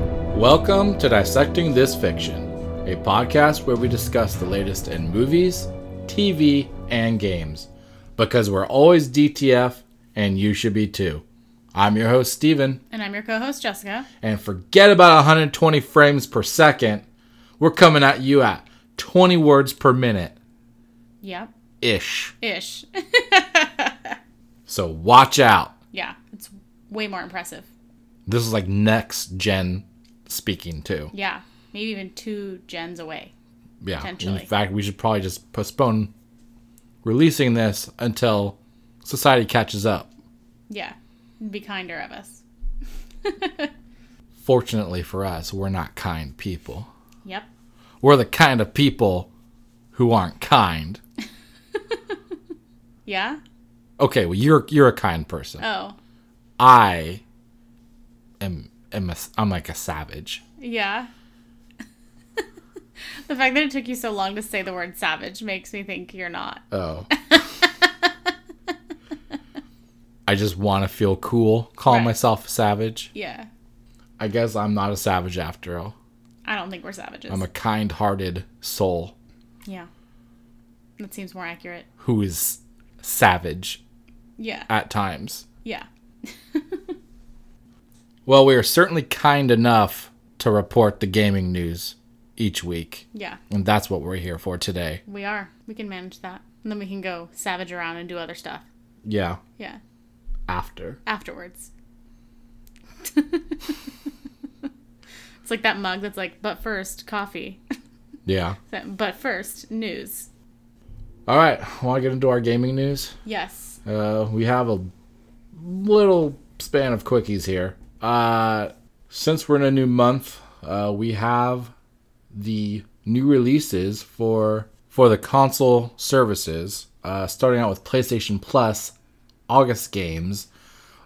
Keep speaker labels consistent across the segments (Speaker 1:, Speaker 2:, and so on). Speaker 1: Welcome to Dissecting This Fiction, a podcast where we discuss the latest in movies, TV, and games. Because we're always DTF, and you should be too. I'm your host, Steven,
Speaker 2: And I'm your co host, Jessica.
Speaker 1: and forget about 120 frames per second. We're coming at you at 20 words per minute
Speaker 2: Yep.
Speaker 1: ish.
Speaker 2: Ish.
Speaker 1: So watch out.
Speaker 2: yeah, it's way more impressive.
Speaker 1: This is like next gen speaking, too.
Speaker 2: Yeah, maybe even two gens away.
Speaker 1: Yeah. In
Speaker 2: Potentially.
Speaker 1: fact, we should probably just postpone releasing this until society catches up.
Speaker 2: Yeah, be kinder of us.
Speaker 1: Fortunately for us, we're not kind people.
Speaker 2: Yep.
Speaker 1: We're the kind of people who aren't kind.
Speaker 2: Yeah?
Speaker 1: Okay, well you're you're a kind person.
Speaker 2: Oh,
Speaker 1: I am am a, I'm like a savage.
Speaker 2: yeah. the fact that it took you so long to say the word savage makes me think you're not.
Speaker 1: Oh. I just want to feel cool, call
Speaker 2: Right.
Speaker 1: myself a savage.
Speaker 2: Yeah,
Speaker 1: I guess I'm not a savage after all.
Speaker 2: I don't think we're savages.
Speaker 1: I'm a kind-hearted soul.
Speaker 2: yeah. That seems more accurate.
Speaker 1: who is savage
Speaker 2: Yeah,
Speaker 1: at times.
Speaker 2: yeah.
Speaker 1: Well, we are certainly kind enough to report the gaming news each week,
Speaker 2: Yeah,
Speaker 1: and that's what we're here for today.
Speaker 2: we are. We can manage that. And then we can go savage around and do other stuff.
Speaker 1: Yeah,
Speaker 2: Yeah,
Speaker 1: after.
Speaker 2: afterwards. it's like that mug that's like, but first, coffee.
Speaker 1: Yeah.
Speaker 2: That- but first, news.
Speaker 1: All right, want to get into our gaming news?
Speaker 2: Yes.
Speaker 1: Uh, we have a little span of quickies here. Uh, since we're in a new month, uh, we have the new releases for for the console services. Uh, starting out with PlayStation Plus, August games.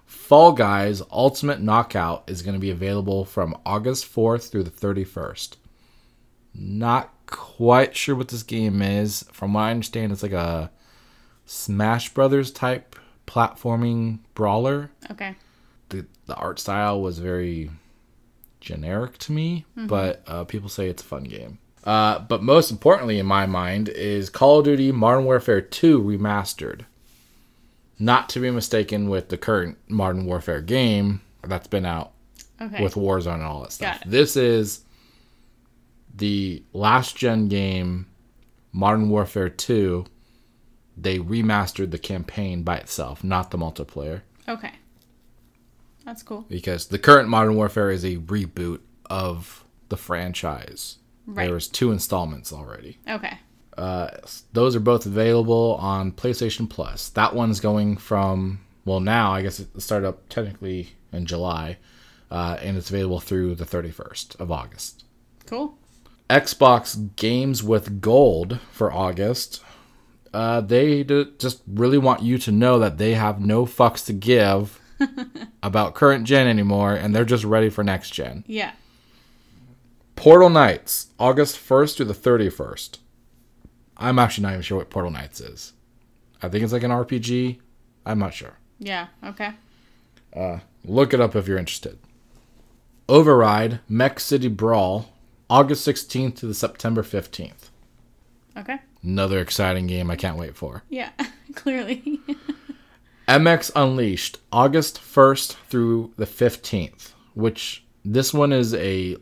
Speaker 1: Fall Guys Ultimate Knockout is going to be available from August 4th through the 31st. Not quite sure what this game is. From what I understand, it's like a Smash Brothers type platforming brawler.
Speaker 2: Okay.
Speaker 1: The, the art style was very generic to me, but uh, people say it's a fun game. Uh, but most importantly, in my mind, is Call of Duty Modern Warfare 2 Remastered. Not to be mistaken with the current Modern Warfare game that's been out
Speaker 2: Okay.
Speaker 1: with Warzone and all that stuff.
Speaker 2: Got it.
Speaker 1: This is the last gen game, Modern Warfare 2. They remastered the campaign by itself, not the multiplayer,
Speaker 2: okay. That's cool.
Speaker 1: because the current Modern Warfare is a reboot of the franchise.
Speaker 2: Right.
Speaker 1: There was two installments already.
Speaker 2: Okay.
Speaker 1: Uh, those are both available on PlayStation Plus. That one's going from well now I guess it started up technically in July, uh, and it's available through the 31st of August.
Speaker 2: Cool.
Speaker 1: Xbox Games with Gold for August. Uh, they d- just really want you to know that they have no fucks to give about current gen anymore, and they're just ready for next gen.
Speaker 2: Yeah.
Speaker 1: Portal Knights, August 1st through the 31st. I'm actually not even sure what Portal Knights is. I think it's like an RPG. I'm not sure.
Speaker 2: Yeah. Okay.
Speaker 1: Look it up if you're interested. Override, Mech City Brawl, August 16th to the September 15th.
Speaker 2: Okay.
Speaker 1: Another exciting game I can't wait for.
Speaker 2: Yeah. Clearly.
Speaker 1: MX Unleashed, August 1st through the 15th, which this one is a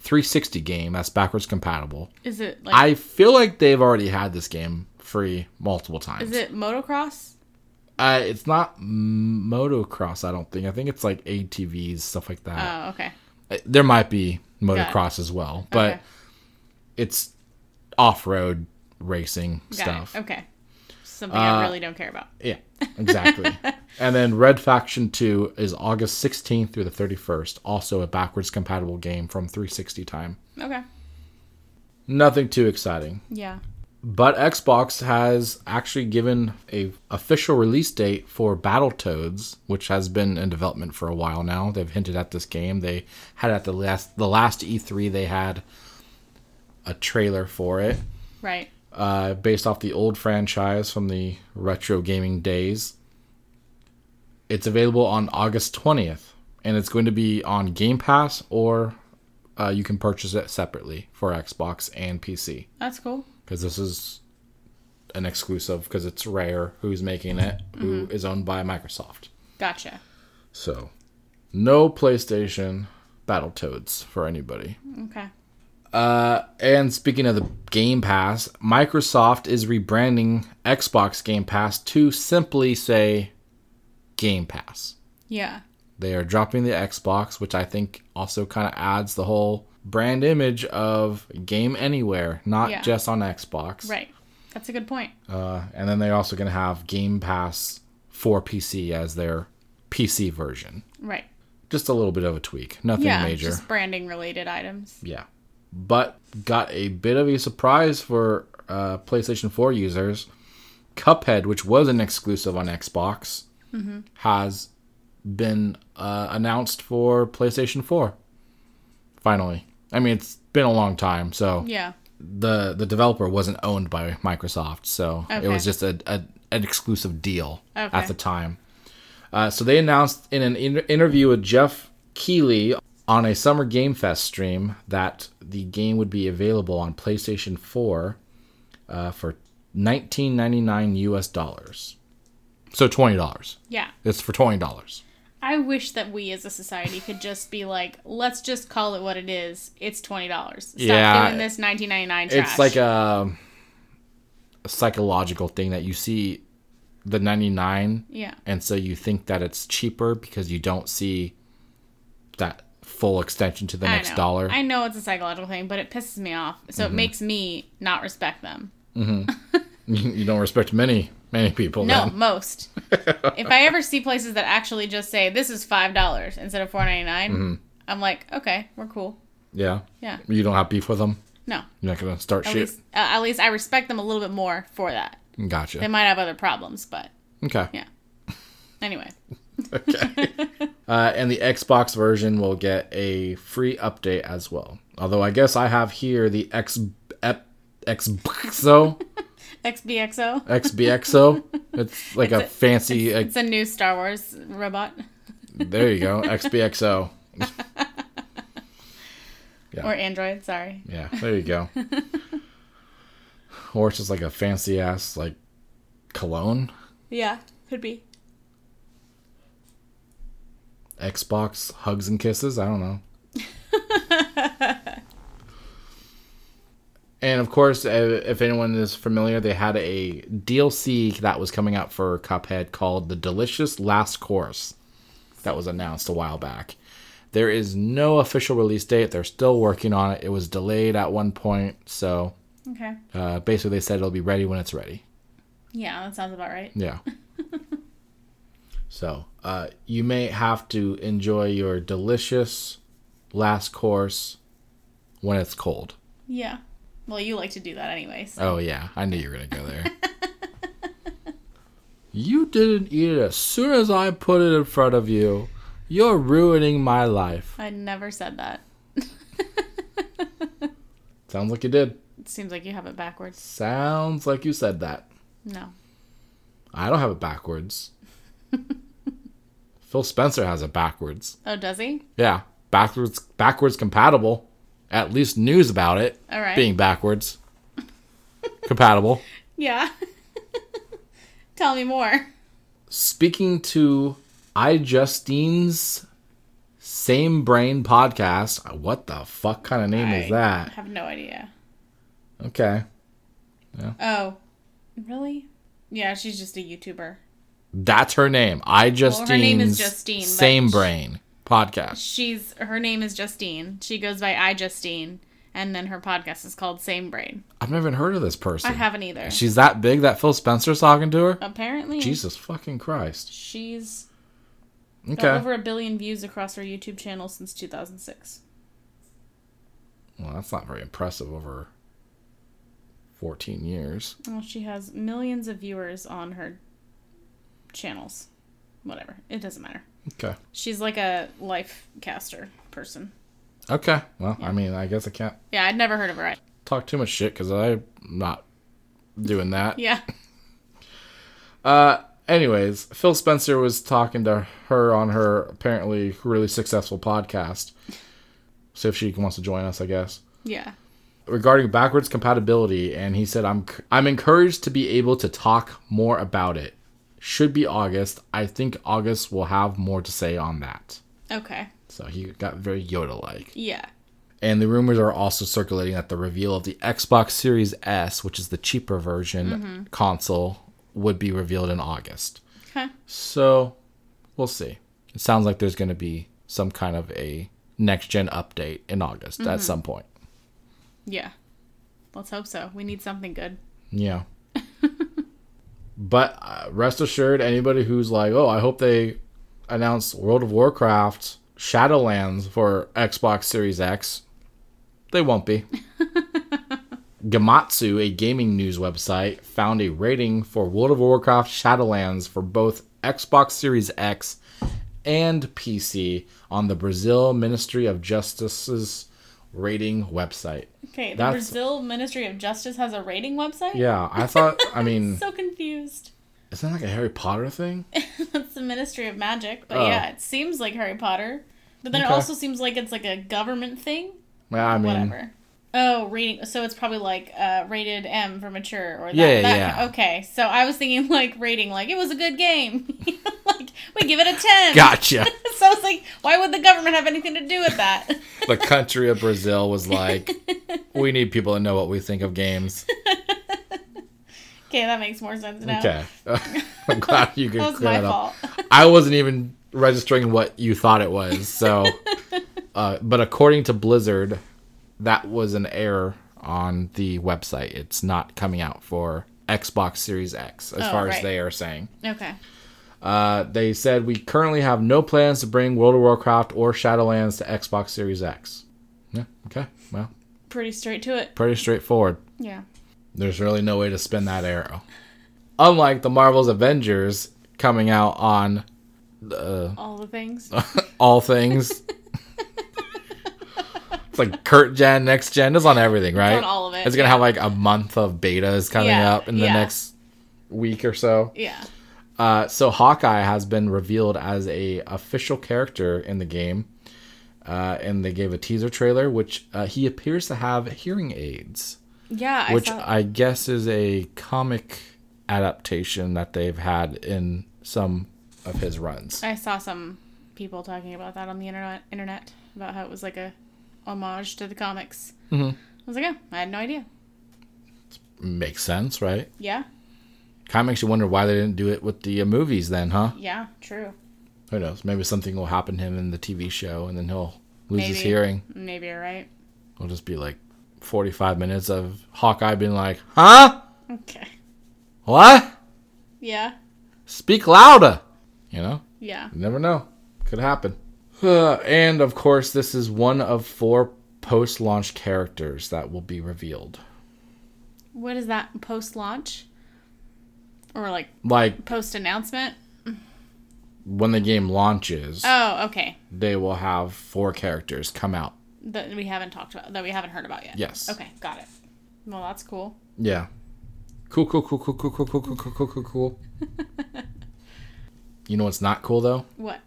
Speaker 1: 360 game that's backwards compatible.
Speaker 2: Is it like?
Speaker 1: I feel like they've already had this game free multiple times.
Speaker 2: is it motocross?
Speaker 1: Uh, it's not m- motocross, I don't think. I think it's like ATVs, stuff like that.
Speaker 2: Oh, okay.
Speaker 1: Uh, there might be
Speaker 2: it.
Speaker 1: motocross as well, but
Speaker 2: Okay.
Speaker 1: it's off road racing
Speaker 2: Got
Speaker 1: stuff. Uh,
Speaker 2: it. Okay. Something I really don't care about.
Speaker 1: Yeah, exactly. and then Red Faction 2 is August 16th through the 31st, also a backwards compatible game from 360 time.
Speaker 2: Okay.
Speaker 1: Nothing too exciting.
Speaker 2: Yeah.
Speaker 1: But Xbox has actually given a official release date for Battletoads, which has been in development for a while now. They've hinted at this game. They had at the last the last E3 they had a trailer for it.
Speaker 2: Right.
Speaker 1: uh, based off the old franchise from the retro gaming days. It's available on August 20th and it's going to be on Game Pass or uh, you can purchase it separately for Xbox and PC
Speaker 2: That's cool.
Speaker 1: because this is an exclusive because it's Rare who's making it, who is owned by Microsoft.
Speaker 2: Gotcha.
Speaker 1: So, no PlayStation Battletoads for anybody.
Speaker 2: Okay.
Speaker 1: And speaking of the Game Pass, Microsoft is rebranding Xbox Game Pass to simply say Game Pass.
Speaker 2: Yeah.
Speaker 1: They are dropping the Xbox, which I think also kind of adds the whole brand image of game anywhere, not
Speaker 2: Yeah.
Speaker 1: just on Xbox.
Speaker 2: Right. That's a good point.
Speaker 1: Uh, and then they're also going to have Game Pass for PC as their PC version.
Speaker 2: Right.
Speaker 1: Just a little bit of a tweak, nothing
Speaker 2: Yeah.
Speaker 1: major.
Speaker 2: Just branding related items.
Speaker 1: Yeah. But got a bit of a surprise for uh, PlayStation 4 users. Cuphead, which was an exclusive on Xbox, has been uh, announced for PlayStation 4. Finally. I mean, it's been a long time, so
Speaker 2: Yeah.
Speaker 1: the the developer wasn't owned by Microsoft, so it was
Speaker 2: Okay.
Speaker 1: just a, a an exclusive deal
Speaker 2: Okay.
Speaker 1: at the time. Uh, so they announced in an inter- interview with Jeff Keighley on a Summer Game Fest stream that the game would be available on PlayStation 4 uh, for 19.99 US dollars. So twenty dollars.
Speaker 2: Yeah.
Speaker 1: It's for twenty dollars.
Speaker 2: I wish that we as a society could just be like, let's just call it what it is. It's twenty dollars. Stop
Speaker 1: Yeah.
Speaker 2: doing this nineteen ninety nine trash.
Speaker 1: it's like a, a psychological thing that you see the 99
Speaker 2: Yeah.
Speaker 1: and so you think that it's cheaper because you don't see that full extension to the
Speaker 2: I
Speaker 1: next
Speaker 2: know.
Speaker 1: dollar Mm-hmm.
Speaker 2: I know it's a psychological thing, but it pisses me off. So it makes me not respect them.
Speaker 1: you don't respect many many people
Speaker 2: No,
Speaker 1: then.
Speaker 2: most. if I ever see places that actually just say this is five dollars instead of four ninety
Speaker 1: Mm-hmm.
Speaker 2: I'm like, okay, we're cool.
Speaker 1: yeah
Speaker 2: Yeah.
Speaker 1: you don't have beef with them
Speaker 2: No.
Speaker 1: you're not gonna start
Speaker 2: At
Speaker 1: shit
Speaker 2: least, uh, at least I respect them a little bit more for that.
Speaker 1: gotcha
Speaker 2: They might have other problems, but
Speaker 1: okay
Speaker 2: yeah. Anyway,
Speaker 1: uh, and the xbox version will get a free update as well although i guess i have here the x ep, xboxo
Speaker 2: XBXO.
Speaker 1: xbxo it's like a, fancy uh,
Speaker 2: It's a new Star Wars robot
Speaker 1: There you go. XBXO.
Speaker 2: or android. Sorry.
Speaker 1: Yeah, there you go. or it's just like a fancy ass like cologne.
Speaker 2: Yeah, could be.
Speaker 1: Xbox hugs and kisses. I don't know. and of course, uh, if anyone is familiar, they had a DLC that was coming out for Cuphead called The Delicious Last Course that was announced a while back. There is no official release date. They're still working on it. It was delayed at one point. So
Speaker 2: Okay.
Speaker 1: uh, basically, they said it'll be ready when it's ready.
Speaker 2: Yeah, that sounds about right.
Speaker 1: Yeah. so uh, you may have to enjoy your delicious last course when it's cold.
Speaker 2: Yeah. Well, you like to do that anyways.
Speaker 1: Oh yeah, I knew you were gonna go there. you didn't eat it as soon as I put it in front of you. You're ruining my life.
Speaker 2: I never said that.
Speaker 1: Sounds like you did.
Speaker 2: It seems like you have it backwards.
Speaker 1: Sounds like you said that.
Speaker 2: No.
Speaker 1: I don't have it backwards. Phil Spencer has it backwards.
Speaker 2: Oh, does he?
Speaker 1: Yeah, backwards backwards compatible. At least news about it
Speaker 2: All right.
Speaker 1: being backwards compatible.
Speaker 2: Yeah. Tell me more.
Speaker 1: Speaking to I Justine's Same Brain podcast. What the fuck kind of name is
Speaker 2: I
Speaker 1: that?
Speaker 2: have no idea.
Speaker 1: Okay,
Speaker 2: Oh, really? Yeah, she's just a YouTuber.
Speaker 1: that's her name. I Justine's
Speaker 2: name is Justine, but
Speaker 1: Same
Speaker 2: sh-
Speaker 1: Brain podcast.
Speaker 2: She's her name is Justine. She goes by I Justine, and then her podcast is called Same Brain.
Speaker 1: I've never even heard of this person.
Speaker 2: I Mm. haven't either.
Speaker 1: She's that big that Phil Spencer's talking to her.
Speaker 2: Apparently,
Speaker 1: Jesus fucking Christ.
Speaker 2: she's got
Speaker 1: Okay.
Speaker 2: over a billion views across her YouTube channel since 2006.
Speaker 1: Well, that's not very impressive over 14 years.
Speaker 2: Well, she has millions of viewers on her channels. Whatever, it doesn't matter.
Speaker 1: Okay.
Speaker 2: She's like a life caster person.
Speaker 1: Okay. Well, I mean, I guess I can't
Speaker 2: Yeah, I'd never heard of her. I-
Speaker 1: talk too much shit because I'm not doing that.
Speaker 2: Yeah.
Speaker 1: Anyways, Phil Spencer was talking to her on her apparently really successful podcast. See if she wants to join us, I guess.
Speaker 2: Yeah.
Speaker 1: Regarding backwards compatibility, and he said, "I'm I'm encouraged to be able to talk more about it. Should be August. I think August will have more to say on that."
Speaker 2: Okay.
Speaker 1: So he got very Yoda like.
Speaker 2: Yeah.
Speaker 1: And the rumors are also circulating that the reveal of the Xbox Series S, which is the cheaper version console, would be revealed in August.
Speaker 2: Okay.
Speaker 1: So we'll see. It sounds like there's going to be some kind of a next gen update in August at some point.
Speaker 2: Yeah. Let's hope so. We need something good.
Speaker 1: Yeah. but uh, rest assured, anybody who's like, oh, I hope they announce World of Warcraft Shadowlands for Xbox Series X, they won't be. Gamatsu, a gaming news website, found a rating for World of Warcraft Shadowlands for both Xbox Series X and PC on the Brazil Ministry of Justice's rating website.
Speaker 2: Okay. The
Speaker 1: That's-
Speaker 2: Brazil Ministry of Justice has a rating website?
Speaker 1: Yeah, I thought, I mean.
Speaker 2: So confused.
Speaker 1: Isn't that like a Harry Potter thing?
Speaker 2: That's the Ministry of Magic, but
Speaker 1: Oh.
Speaker 2: yeah, it seems like Harry Potter. But then
Speaker 1: Okay.
Speaker 2: it also seems like it's like a government thing.
Speaker 1: Well, I mean,
Speaker 2: Whatever. Oh, rating. So it's probably like uh, rated M for mature or that.
Speaker 1: Yeah,
Speaker 2: that-
Speaker 1: yeah.
Speaker 2: Okay, so I was thinking like rating, like it was a good game. like we give it a ten.
Speaker 1: gotcha.
Speaker 2: So I was like, why would the government have anything to do with that?
Speaker 1: the country of Brazil was like, we need people to know what we think of games.
Speaker 2: okay, that makes more sense now.
Speaker 1: Okay, I'm glad you could
Speaker 2: That was
Speaker 1: clear
Speaker 2: my
Speaker 1: that up.
Speaker 2: fault.
Speaker 1: I wasn't even registering what you thought it was. So, uh, but according to Blizzard, that was an error on the website. It's not coming out for Xbox Series X, as
Speaker 2: Oh,
Speaker 1: far as
Speaker 2: right.
Speaker 1: they are saying.
Speaker 2: okay.
Speaker 1: Uh, they said we currently have no plans to bring World of Warcraft or Shadowlands to Xbox Series X. Yeah. Okay. Well,
Speaker 2: Pretty straight to it.
Speaker 1: pretty straightforward.
Speaker 2: Yeah.
Speaker 1: There's really no way to spin that arrow. Unlike the Marvel's Avengers coming out on Oh.
Speaker 2: All the things.
Speaker 1: all things. it's like Kurt Gen, Next Gen. It's on everything, right?
Speaker 2: on all of it,
Speaker 1: It's gonna have like a month of betas coming
Speaker 2: Yeah,
Speaker 1: up in the
Speaker 2: yeah.
Speaker 1: next week or so.
Speaker 2: yeah.
Speaker 1: Uh, so Hawkeye has been revealed as a official character in the game, uh, and they gave a teaser trailer, which uh, he appears to have hearing aids,
Speaker 2: Yeah. I
Speaker 1: which
Speaker 2: saw-
Speaker 1: I guess is a comic adaptation that they've had in some of his runs.
Speaker 2: I saw some people talking about that on the internet, internet about how it was like a homage to the comics. Mm-hmm. I was like, oh, I had no idea.
Speaker 1: Makes sense, right?
Speaker 2: Yeah,
Speaker 1: Kind of makes you wonder why they didn't do it with the uh, movies then, huh?
Speaker 2: yeah, true.
Speaker 1: Who knows? Maybe something will happen to him in the TV show, and then he'll lose his
Speaker 2: Maybe.
Speaker 1: hearing.
Speaker 2: Maybe you're right.
Speaker 1: It'll just be like forty-five minutes of Hawkeye being like, "Huh."
Speaker 2: Okay.
Speaker 1: What?
Speaker 2: Yeah,
Speaker 1: Speak louder. You know,
Speaker 2: yeah.
Speaker 1: you never know. Could happen. Uh, and of course, this is one of four post launch characters that will be revealed.
Speaker 2: What is that post launch? Or like
Speaker 1: Like
Speaker 2: post announcement?
Speaker 1: when the game launches,
Speaker 2: Oh, okay.
Speaker 1: they will have four characters come out.
Speaker 2: That we haven't talked about, that we haven't heard about yet.
Speaker 1: Yes.
Speaker 2: Okay, got it. Well, that's cool.
Speaker 1: Yeah. Cool, cool, cool, cool, cool, cool, cool, cool, cool, cool, cool, cool. you know what's not cool though?
Speaker 2: What?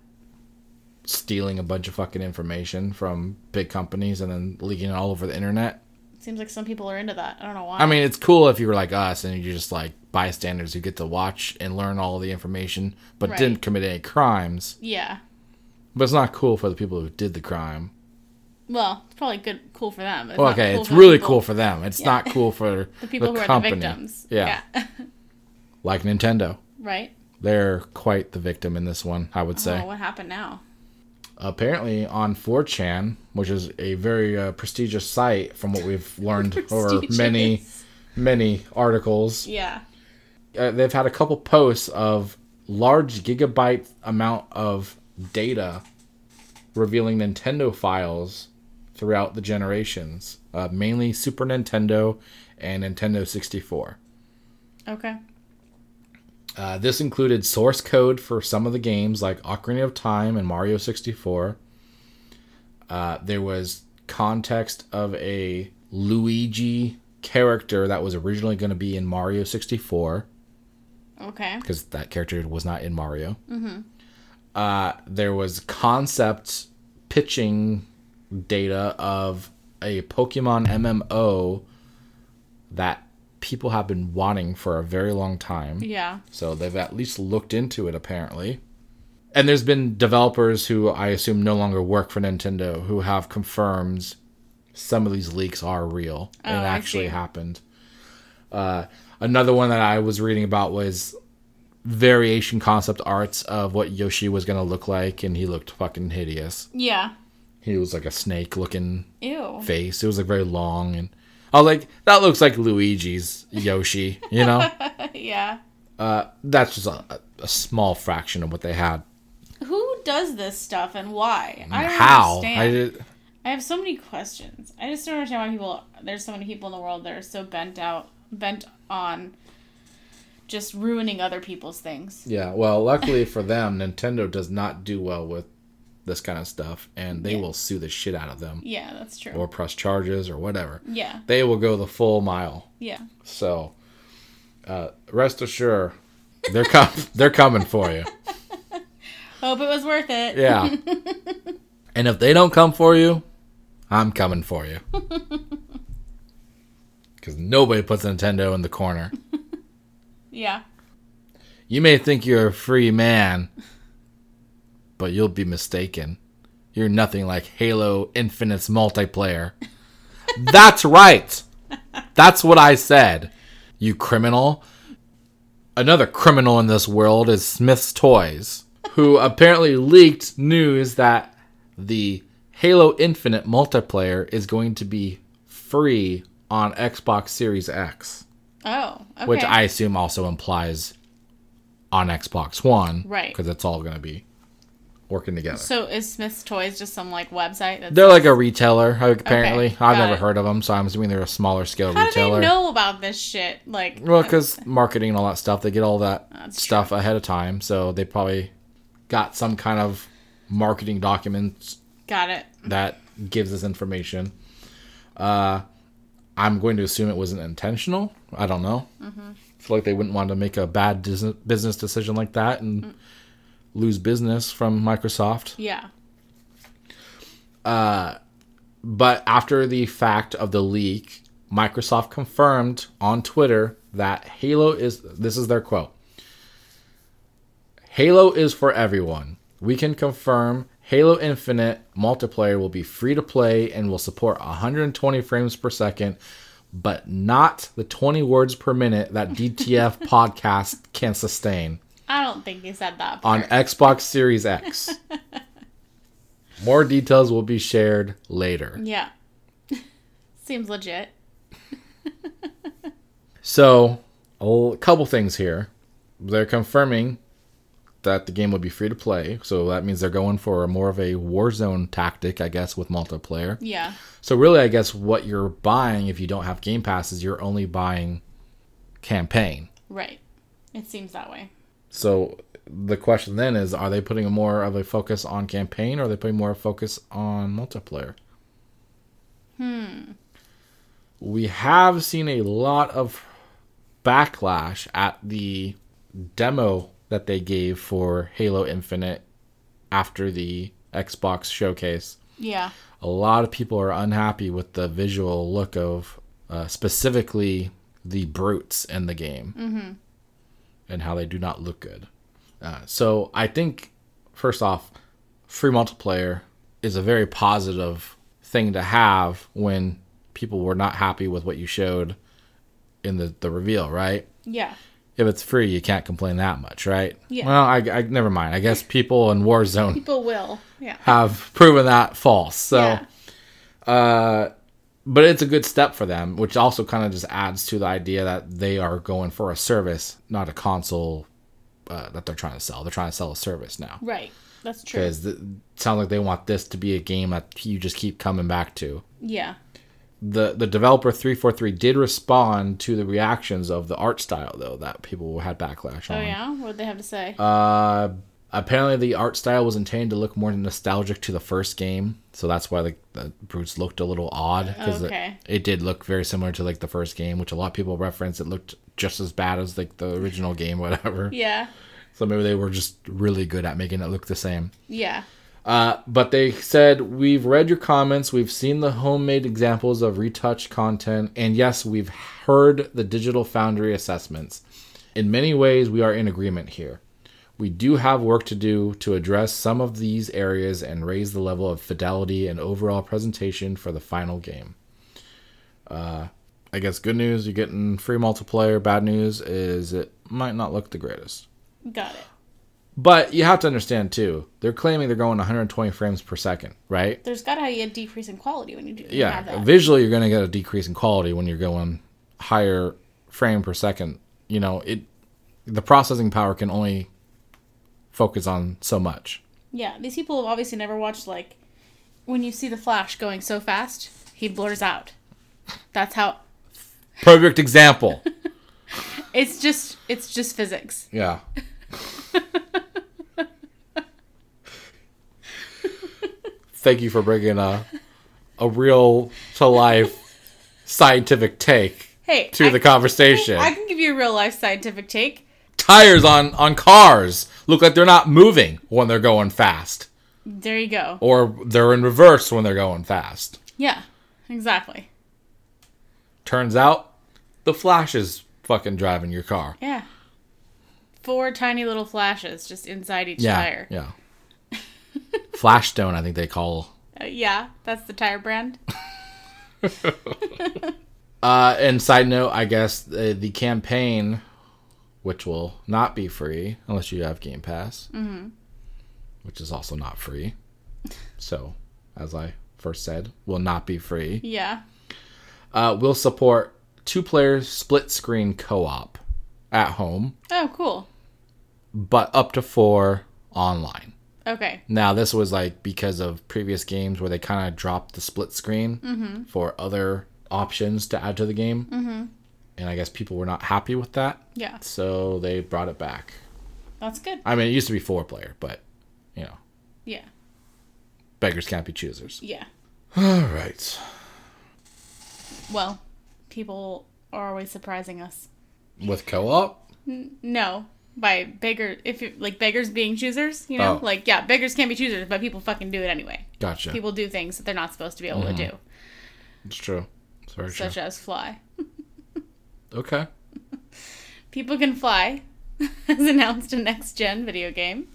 Speaker 1: Stealing a bunch of fucking information from big companies and then leaking it all over the internet.
Speaker 2: Seems like some people are into that. I don't know why.
Speaker 1: I mean, it's cool if you were like us and you're just like bystanders who get to watch and learn all the information, but
Speaker 2: Right.
Speaker 1: didn't commit any crimes.
Speaker 2: yeah.
Speaker 1: But it's not cool for the people who did the crime.
Speaker 2: Well, it's probably good, cool for them. but
Speaker 1: Well,
Speaker 2: not
Speaker 1: okay,
Speaker 2: cool
Speaker 1: it's
Speaker 2: for
Speaker 1: really
Speaker 2: people-
Speaker 1: cool for them. It's not cool for
Speaker 2: the people who
Speaker 1: company.
Speaker 2: are the victims.
Speaker 1: Yeah, like Nintendo,
Speaker 2: Right?
Speaker 1: they're quite the victim in this one. I would say.
Speaker 2: Oh, what happened now?
Speaker 1: Apparently, on 4chan, which is a very uh, prestigious site, from what we've learned over many,
Speaker 2: Prestigious.
Speaker 1: many articles,
Speaker 2: Yeah.
Speaker 1: uh, they've had a couple posts of large gigabyte amount of data revealing Nintendo files throughout the generations, uh, mainly Super Nintendo and Nintendo 64.
Speaker 2: Okay.
Speaker 1: Uh, this included source code for some of the games like Ocarina of Time and Mario 64. Uh, there was context of a Luigi character that was originally going to be in Mario 64.
Speaker 2: Okay.
Speaker 1: because that character was not in Mario. Uh, there was concept pitching data of a Pokemon MMO that people have been wanting for a very long time.
Speaker 2: Yeah.
Speaker 1: So they've at least looked into it, apparently. And there's been developers who I assume no longer work for Nintendo who have confirmed some of these leaks are real and
Speaker 2: Oh, I
Speaker 1: actually
Speaker 2: see.
Speaker 1: happened. Uh, another one that I was reading about was variation concept arts of what Yoshi was going to look like, and he looked fucking hideous.
Speaker 2: Yeah.
Speaker 1: He was like a snake looking
Speaker 2: Ew.
Speaker 1: face. It was like very long, and I was like, that looks like Luigi's Yoshi, you know?
Speaker 2: yeah.
Speaker 1: that's just a, a small fraction of what they had.
Speaker 2: Who does this stuff and why? I don't
Speaker 1: How?
Speaker 2: understand.
Speaker 1: I did,
Speaker 2: I have so many questions. I just don't understand why people there's so many people in the world that are so bent out bent on just ruining other people's things.
Speaker 1: yeah. Well, luckily for them, Nintendo does not do well with this kind of stuff, and they will sue the shit out of them
Speaker 2: Yeah, that's true.
Speaker 1: or press charges or whatever.
Speaker 2: yeah.
Speaker 1: They will go the full mile.
Speaker 2: Yeah.
Speaker 1: So, uh, rest assured, they're com- they're coming for you.
Speaker 2: Hope it was worth it.
Speaker 1: Yeah. and if they don't come for you, I'm coming for you. Because nobody puts Nintendo in the corner.
Speaker 2: Yeah.
Speaker 1: You may think you're a free man, but you'll be mistaken. You're nothing like Halo Infinite's multiplayer. That's right. That's what I said. You criminal. Another criminal in this world is Smith's Toys, who apparently leaked news that the Halo Infinite multiplayer is going to be free on Xbox Series X,
Speaker 2: Oh, okay.
Speaker 1: which I assume also implies on Xbox One,
Speaker 2: Right.
Speaker 1: Because it's all going to be working together.
Speaker 2: So is Smith's Toys just some like website that's
Speaker 1: they're like a retailer, uh, apparently.
Speaker 2: Okay,
Speaker 1: I've
Speaker 2: got
Speaker 1: never
Speaker 2: it.
Speaker 1: heard of them, so I'm assuming they're a smaller scale
Speaker 2: How do
Speaker 1: retailer.
Speaker 2: they know about this shit? Like
Speaker 1: Well, because marketing and all that stuff, they get all that
Speaker 2: That's
Speaker 1: stuff ahead of time. So they probably got some kind of marketing documents
Speaker 2: got it.
Speaker 1: that gives us information. Uh, I'm going to assume it wasn't intentional. I don't know. feel like they wouldn't want to make a bad dis- business decision like that and lose business from Microsoft.
Speaker 2: Yeah.
Speaker 1: But after the fact of the leak, Microsoft confirmed on Twitter that Halo is this is their quote. Halo is for everyone. We can confirm Halo Infinite multiplayer will be free to play and will support 120 frames per second, but not the 20 words per minute that DTF podcast can sustain
Speaker 2: I don't think they said that.
Speaker 1: on
Speaker 2: part.
Speaker 1: Xbox Series X. More details will be shared later.
Speaker 2: Yeah. Seems legit.
Speaker 1: So, a l- couple things here. They're confirming that the game will be free to play, so that means they're going for more of a Warzone tactic, I guess, with multiplayer.
Speaker 2: Yeah.
Speaker 1: So, really, I guess what you're buying if you don't have Game Pass is you're only buying campaign.
Speaker 2: Right. It seems that way.
Speaker 1: So, the question then is are they putting more of a focus on campaign or are they putting more focus on multiplayer? we have seen a lot of backlash at the demo that they gave for Halo Infinite after the Xbox showcase.
Speaker 2: Yeah.
Speaker 1: A lot of people are unhappy with the visual look of uh, specifically the brutes in the game mm-hmm. and how they do not look good. Uh, so I think, first off, free multiplayer is a very positive thing to have when people were not happy with what you showed in the, the reveal, right?
Speaker 2: Yeah.
Speaker 1: If it's free, you can't complain that much, right?
Speaker 2: Yeah.
Speaker 1: Well, I, I never mind. I guess people in Warzone
Speaker 2: People will. Yeah.
Speaker 1: have proven that false. So, uh,
Speaker 2: Yeah.
Speaker 1: but it's a good step for them, which also kind of just adds to the idea that they are going for a service, not a console uh, that they're trying to sell. They're trying to sell a service now.
Speaker 2: Right. That's true.
Speaker 1: Because it sounds like they want this to be a game that you just keep coming back to.
Speaker 2: Yeah.
Speaker 1: The the developer 343 did respond to the reactions of the art style, though, that people had backlash on.
Speaker 2: Oh yeah. What would they have to say?
Speaker 1: Uh, apparently, the art style was intended to look more nostalgic to the first game, so that's why the, the brutes looked a little odd because
Speaker 2: Okay.
Speaker 1: it, it did look very similar to like the first game, which a lot of people reference. It looked just as bad as like the original game, whatever.
Speaker 2: Yeah.
Speaker 1: So maybe they were just really good at making it look the same.
Speaker 2: Yeah.
Speaker 1: Uh, but they said, We've read your comments, we've seen the homemade examples of retouched content, and yes, we've heard the digital foundry assessments. In many ways, we are in agreement here. We do have work to do to address some of these areas and raise the level of fidelity and overall presentation for the final game. Uh, I guess good news, you're getting free multiplayer. Bad news is it might not look the greatest.
Speaker 2: Got it.
Speaker 1: But you have to understand too, they're claiming they're going 120 frames per second, right?
Speaker 2: There's got to be a decrease in quality when you do
Speaker 1: Yeah.
Speaker 2: have that.
Speaker 1: Visually, you're going to get a decrease in quality when you're going higher frame per second. You know, it the processing power can only focus on so much.
Speaker 2: Yeah, these people have obviously never watched like when you see the flash going so fast, he blurs out. That's how
Speaker 1: Perfect example.
Speaker 2: it's just it's just physics.
Speaker 1: yeah. Thank you for bringing a a real to life scientific take
Speaker 2: Hey,
Speaker 1: to
Speaker 2: I,
Speaker 1: the conversation.
Speaker 2: I can give you a real life scientific take.
Speaker 1: tires on on cars look like they're not moving when they're going fast
Speaker 2: There you go.
Speaker 1: or they're in reverse when they're going fast
Speaker 2: Yeah, exactly.
Speaker 1: turns out the flash is fucking driving your car
Speaker 2: Yeah. Four tiny little flashes just inside each
Speaker 1: yeah
Speaker 2: tire.
Speaker 1: yeah flashstone i think they call
Speaker 2: Uh, yeah, that's the tire brand.
Speaker 1: uh and side note i guess uh, the, the campaign which will not be free unless you have game pass mm-hmm. which is also not free so as i first said will not be free
Speaker 2: Yeah.
Speaker 1: uh, will support two player split screen co op at home,
Speaker 2: Oh, cool.
Speaker 1: but up to four online.
Speaker 2: Okay.
Speaker 1: Now, this was like because of previous games where they kind of dropped the split screen
Speaker 2: Mm-hmm.
Speaker 1: for other options to add to the game. Mm-hmm. And I guess people were not happy with that.
Speaker 2: Yeah,
Speaker 1: So they brought it back.
Speaker 2: that's good.
Speaker 1: I mean, it used to be four player, but, you know,
Speaker 2: Yeah.
Speaker 1: beggars can't be choosers.
Speaker 2: Yeah.
Speaker 1: All right.
Speaker 2: Well, people are always surprising us.
Speaker 1: With co op?
Speaker 2: No, by beggar if you like beggars being choosers, you know,
Speaker 1: Oh.
Speaker 2: like yeah, beggars can't be choosers, but people fucking do it anyway.
Speaker 1: Gotcha.
Speaker 2: People do things that they're not supposed to be able to
Speaker 1: Mm-hmm.
Speaker 2: do,
Speaker 1: it's true. It's very true.
Speaker 2: such as fly.
Speaker 1: okay.
Speaker 2: People can fly, as announced in next gen video game,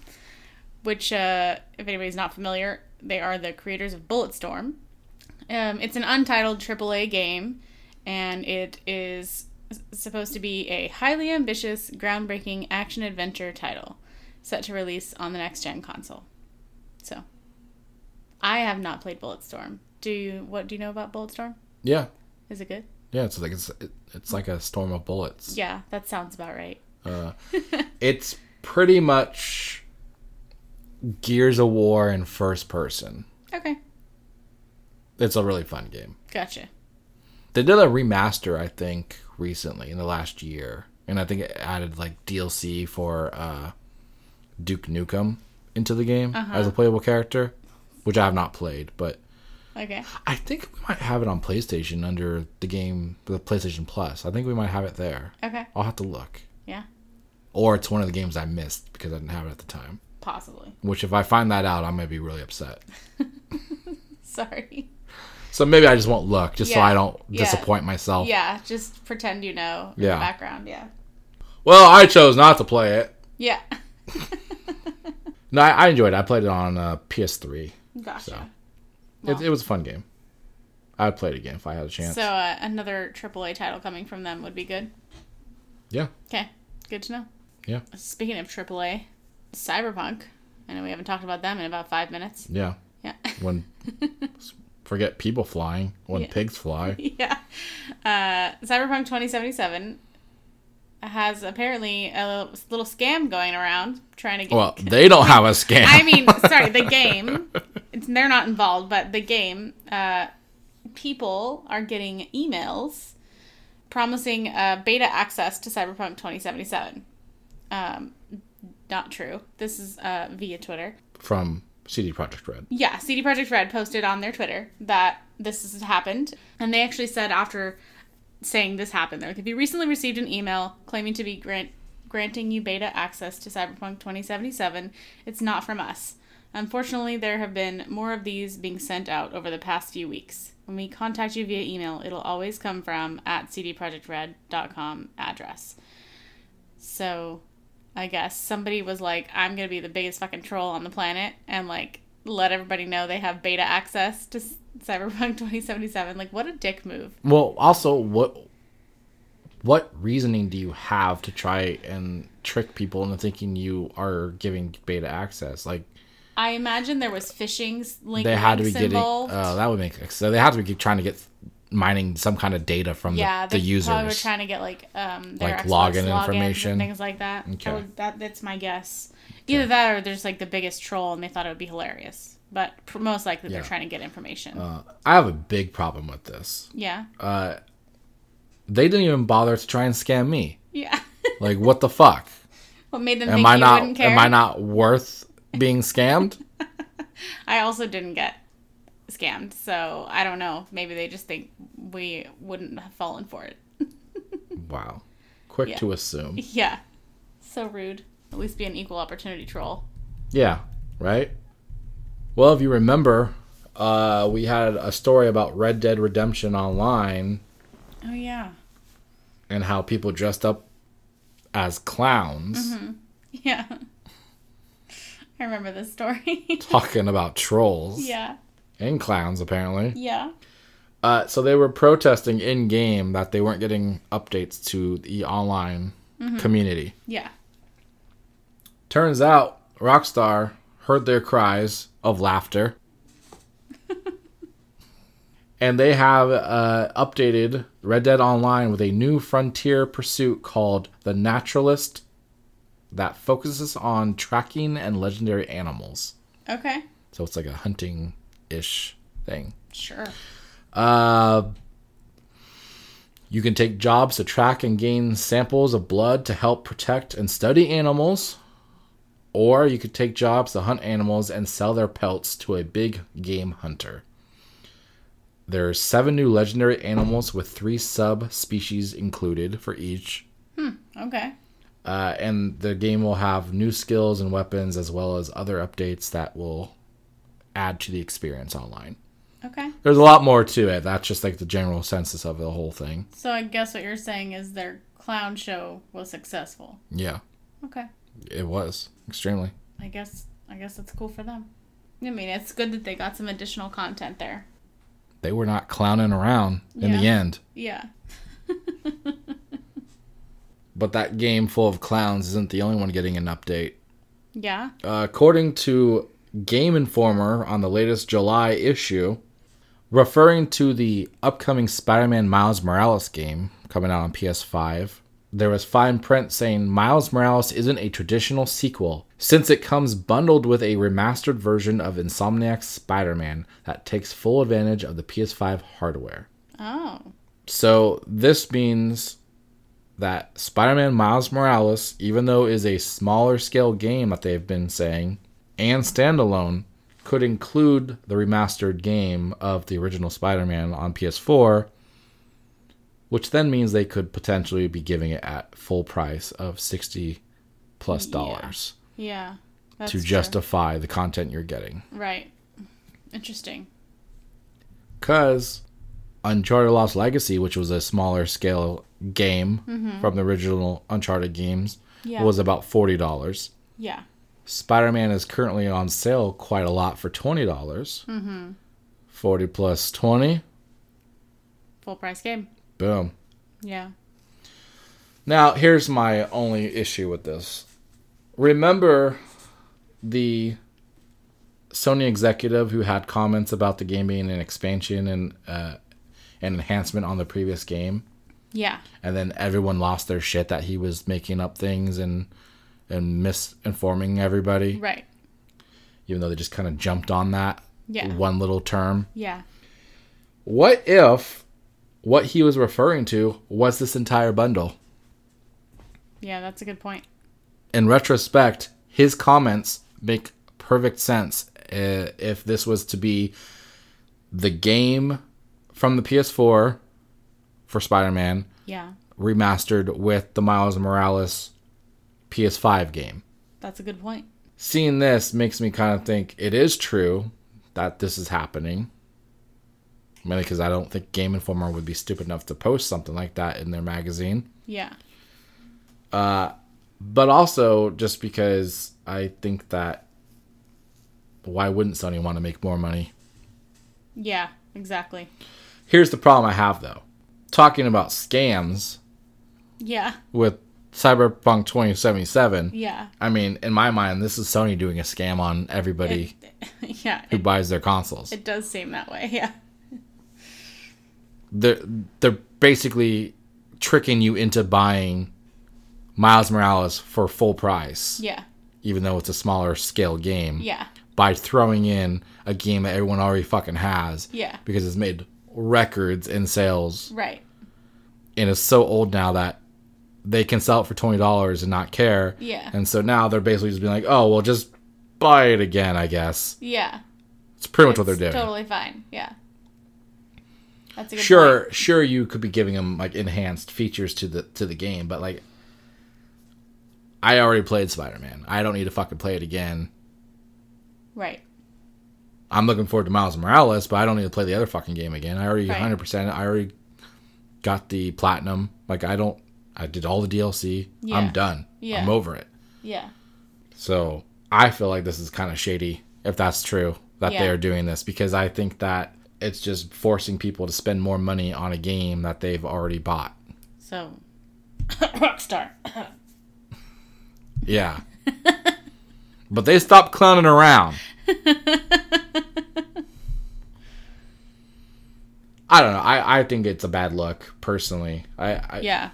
Speaker 2: which uh, if anybody's not familiar, they are the creators of Bulletstorm. Um, it's an untitled AAA game, and it is s- supposed to be a highly ambitious, groundbreaking action adventure title set to release on the next gen console. So, I have not played Bulletstorm. Do you? What do you know about Bulletstorm?
Speaker 1: Yeah.
Speaker 2: Is it good?
Speaker 1: Yeah, it's like it's it, it's like a storm of bullets.
Speaker 2: Yeah, that sounds about right.
Speaker 1: It's pretty much Gears of War in first person.
Speaker 2: Okay,
Speaker 1: It's a really fun game.
Speaker 2: gotcha.
Speaker 1: They did a remaster, I think, recently in the last year, and I think it added like DLC for uh, Duke Nukem into the game as a playable character, which I have not played, but
Speaker 2: Okay.
Speaker 1: I think we might have it on PlayStation under the game, the PlayStation Plus. I think we might have it there.
Speaker 2: Okay.
Speaker 1: I'll have to look.
Speaker 2: Yeah.
Speaker 1: or it's one of the games I missed because I didn't have it at the time.
Speaker 2: Possibly.
Speaker 1: Which, if I find that out, I'm gonna be really upset.
Speaker 2: Sorry.
Speaker 1: So maybe I just won't look, just so
Speaker 2: Yeah.
Speaker 1: I don't
Speaker 2: Yeah.
Speaker 1: disappoint myself.
Speaker 2: Yeah, just pretend you know in
Speaker 1: Oh. Yeah.
Speaker 2: the background. Yeah.
Speaker 1: Well, I chose not to play it.
Speaker 2: Yeah.
Speaker 1: No, I, I enjoyed it. I played it on uh, PS3.
Speaker 2: Gotcha.
Speaker 1: It, it was a fun game. I'd play it again if I had a chance.
Speaker 2: So uh, another AAA title coming from them would be good.
Speaker 1: yeah,
Speaker 2: Okay. Good to know.
Speaker 1: yeah,
Speaker 2: Speaking of AAA, Cyberpunk. I know we haven't talked about them in about five minutes.
Speaker 1: yeah.
Speaker 2: Yeah.
Speaker 1: When forget people flying, when
Speaker 2: Yeah.
Speaker 1: pigs fly.
Speaker 2: yeah. Uh, Cyberpunk 2077 has apparently a little scam going around trying to get.
Speaker 1: Well, they don't have a scam.
Speaker 2: I mean, sorry, the game. It's, they're not involved, but the game. Uh, people are getting emails promising uh, beta access to Cyberpunk 2077. Um, not true. This is uh, via Twitter.
Speaker 1: from CD Projekt Red.
Speaker 2: Yeah, CD Projekt Red posted on their Twitter that this has happened, and they actually said after saying this happened. They're like, if you recently received an email claiming to be grant granting you beta access to Cyberpunk 2077, it's not from us. Unfortunately, there have been more of these being sent out over the past few weeks. When we contact you via email, it'll always come from at cdprojectred.com address. So, I guess somebody was like, "I'm gonna be the biggest fucking troll on the planet," and like let everybody know they have beta access to s- Cyberpunk 2077. Like, what a dick move.
Speaker 1: Well, also, what what reasoning do you have to try and trick people into thinking you are giving beta access? Like
Speaker 2: I imagine there was phishing s- link
Speaker 1: they had to be
Speaker 2: links
Speaker 1: getting.
Speaker 2: involved.
Speaker 1: Oh, that would make so they have to be trying to get mining some kind of data from
Speaker 2: yeah,
Speaker 1: the,
Speaker 2: they
Speaker 1: the
Speaker 2: probably were
Speaker 1: users.
Speaker 2: trying to get like um their
Speaker 1: Like,
Speaker 2: Xbox
Speaker 1: login
Speaker 2: logins
Speaker 1: information?
Speaker 2: and things like that.
Speaker 1: Okay.
Speaker 2: I would, that that's my guess. Either that or there's like the biggest troll and they thought it would be hilarious. But pr- most likely
Speaker 1: Yeah.
Speaker 2: they're trying to get information.
Speaker 1: Uh, I have a big problem with this.
Speaker 2: yeah.
Speaker 1: They didn't even bother to try and scam me.
Speaker 2: yeah.
Speaker 1: Like, what the fuck?
Speaker 2: what made them
Speaker 1: Am
Speaker 2: think
Speaker 1: I
Speaker 2: you
Speaker 1: not?
Speaker 2: wouldn't care?
Speaker 1: Am I not worth being scammed?
Speaker 2: I also didn't get scammed, so I don't know. Maybe they just think we wouldn't have fallen for it.
Speaker 1: wow, quick to assume.
Speaker 2: Yeah. So rude. At least be an equal opportunity troll.
Speaker 1: Yeah, right? Well, if you remember, uh, we had a story about Red Dead Redemption Online
Speaker 2: Oh yeah.
Speaker 1: and how people dressed up as clowns
Speaker 2: Yeah. I remember this story.
Speaker 1: talking about trolls
Speaker 2: yeah.
Speaker 1: and clowns, apparently.
Speaker 2: Yeah.
Speaker 1: Uh, so they were protesting in game that they weren't getting updates to the online community.
Speaker 2: Yeah.
Speaker 1: Turns out Rockstar heard their cries of laughter. and they have uh, updated Red Dead Online with a new frontier pursuit called The Naturalist that focuses on tracking and legendary animals.
Speaker 2: Okay.
Speaker 1: So it's like a hunting ish thing.
Speaker 2: Sure.
Speaker 1: Uh, you can take jobs to track and gain samples of blood to help protect and study animals, or you could take jobs to hunt animals and sell their pelts to a big game hunter. There are seven new legendary animals with three subspecies included for each,
Speaker 2: Okay.
Speaker 1: uh, and the game will have new skills and weapons as well as other updates that will add to the experience online
Speaker 2: Okay.
Speaker 1: there's a lot more to it. That's just like the general census of the whole thing.
Speaker 2: So I guess what you're saying is their clown show was successful.
Speaker 1: Yeah,
Speaker 2: Okay.
Speaker 1: it was extremely.
Speaker 2: I guess I guess that's cool for them. I mean, it's good that they got some additional content there.
Speaker 1: They were not clowning around in the
Speaker 2: Yeah.
Speaker 1: end.
Speaker 2: Yeah.
Speaker 1: But that game full of clowns isn't the only one getting an update.
Speaker 2: Yeah.
Speaker 1: Uh, according to Game Informer on the latest July issue, referring to the upcoming Spider Man Miles Morales game coming out on PS5, there was fine print saying Miles Morales isn't a traditional sequel, since it comes bundled with a remastered version of Insomniac's Spider Man that takes full advantage of the PS5 hardware.
Speaker 2: Oh.
Speaker 1: So this means that Spider-Man Miles Morales, even though it is a smaller scale game that they've been saying, and standalone, could include the remastered game of the original Spider-Man on PS4, which then means they could potentially be giving it at full price of sixty plus dollars
Speaker 2: Yeah. That's
Speaker 1: to
Speaker 2: true.
Speaker 1: justify the content you're getting.
Speaker 2: Right. Interesting.
Speaker 1: because Uncharted Lost Legacy, which was a smaller scale game from the original Uncharted games,
Speaker 2: Yeah.
Speaker 1: was about forty dollars.
Speaker 2: Yeah.
Speaker 1: Spider Man is currently on sale quite a lot for twenty dollars. Mm-hmm. Forty plus twenty,
Speaker 2: Full price game.
Speaker 1: boom.
Speaker 2: Yeah.
Speaker 1: Now here's my only issue with this. Remember the Sony executive who had comments about the game being an expansion and uh, an enhancement on the previous game.
Speaker 2: Yeah.
Speaker 1: and then everyone lost their shit that he was making up things and and misinforming everybody
Speaker 2: Right.
Speaker 1: even though they just kind of jumped on that
Speaker 2: Yeah.
Speaker 1: one little term
Speaker 2: Yeah.
Speaker 1: what if what he was referring to was this entire bundle
Speaker 2: Yeah, that's a good point.
Speaker 1: in retrospect his comments make perfect sense uh, if this was to be the game from the ps4 for Spider Man
Speaker 2: Yeah,
Speaker 1: remastered with the Miles Morales PS5 game.
Speaker 2: that's a good point.
Speaker 1: Seeing this makes me kind of think it is true that this is happening. Mainly because I don't think Game Informer would be stupid enough to post something like that in their magazine.
Speaker 2: Yeah.
Speaker 1: But also just because I think that why wouldn't Sony want to make more money?
Speaker 2: Yeah, exactly.
Speaker 1: Here's the problem I have though. Talking about scams
Speaker 2: Yeah.
Speaker 1: with Cyberpunk 2077,
Speaker 2: Yeah.
Speaker 1: I mean, in my mind, this is Sony doing a scam on everybody
Speaker 2: yeah.
Speaker 1: who
Speaker 2: It,
Speaker 1: buys their consoles.
Speaker 2: it does seem that way. Yeah.
Speaker 1: They're they're basically tricking you into buying Miles Morales for full price,
Speaker 2: Yeah.
Speaker 1: even though it's a smaller scale game,
Speaker 2: Yeah.
Speaker 1: by throwing in a game that everyone already fucking has,
Speaker 2: Yeah.
Speaker 1: because it's made records in sales
Speaker 2: Right.
Speaker 1: and it's so old now that they can sell it for twenty dollars and not care.
Speaker 2: Yeah.
Speaker 1: And so now they're basically just being like, oh well, just buy it again, I guess.
Speaker 2: Yeah.
Speaker 1: It's pretty much what they're
Speaker 2: It's
Speaker 1: doing.
Speaker 2: totally fine. Yeah. That's a good
Speaker 1: sure
Speaker 2: point.
Speaker 1: sure you could be giving them like enhanced features to the to the game but like i already played spider-man i don't need to fucking play it again
Speaker 2: Right.
Speaker 1: i'm looking forward to miles morales but i don't need to play the other fucking game again i already
Speaker 2: Right.
Speaker 1: 100% i already got the platinum like i don't i did all the dlc
Speaker 2: Yeah.
Speaker 1: i'm done
Speaker 2: Yeah.
Speaker 1: i'm over it
Speaker 2: Yeah.
Speaker 1: so i feel like this is kind of shady if that's true that
Speaker 2: Yeah.
Speaker 1: they are doing this because i think that it's just forcing people to spend more money on a game that they've already bought
Speaker 2: So, Rockstar.
Speaker 1: Yeah. but they stopped clowning around. I don't know. I, I think it's a bad look, personally. I, I
Speaker 2: yeah.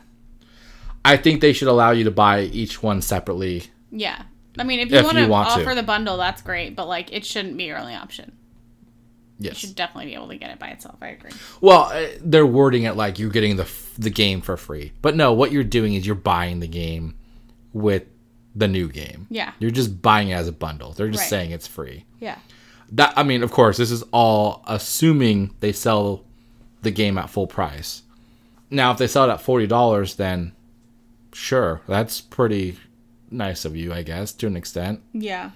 Speaker 1: I think they should allow you to buy each one separately.
Speaker 2: Yeah. I mean, if you,
Speaker 1: If
Speaker 2: want,
Speaker 1: you
Speaker 2: to
Speaker 1: want to.
Speaker 2: offer the bundle, that's great, but like it shouldn't be your only option. You
Speaker 1: Yes.
Speaker 2: should definitely be able to get it by itself. I agree.
Speaker 1: Well, eh, they're wording it like you're getting the f- the game for free. But no, what you're doing is you're buying the game with the new game.
Speaker 2: Yeah.
Speaker 1: You're just buying it as a bundle. They're just
Speaker 2: Right.
Speaker 1: saying it's free.
Speaker 2: Yeah.
Speaker 1: that I mean, of course, this is all assuming they sell the game at full price. Now, if they sell it at forty dollars, then sure, that's pretty nice of you, I guess, to an extent.
Speaker 2: Yeah.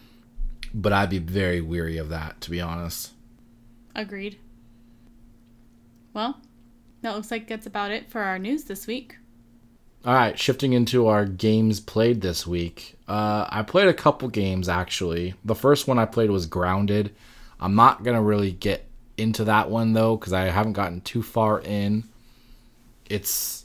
Speaker 1: But I'd be very weary of that, to be honest.
Speaker 2: Agreed. Well, that looks like that's about it for our news this week.
Speaker 1: All right, shifting into our games played this week. Uh, I played a couple games actually. The first one I played was Grounded. I'm not gonna really get into that one though because I haven't gotten too far in. It's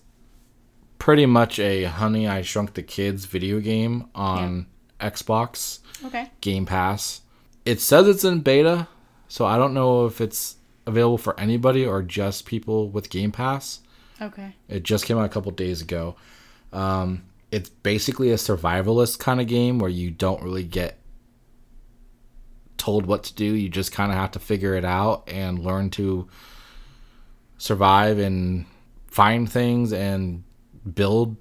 Speaker 1: pretty much a Honey I Shrunk the Kids video game on Xbox
Speaker 2: Okay.
Speaker 1: Game Pass. It says it's in beta, so I don't know if it's available for anybody or just people with Game Pass.
Speaker 2: Okay.
Speaker 1: It just came out a couple days ago. Um, it's basically a survivalist kind of game where you don't really get told what to do. You just kind of have to figure it out and learn to survive and find things and build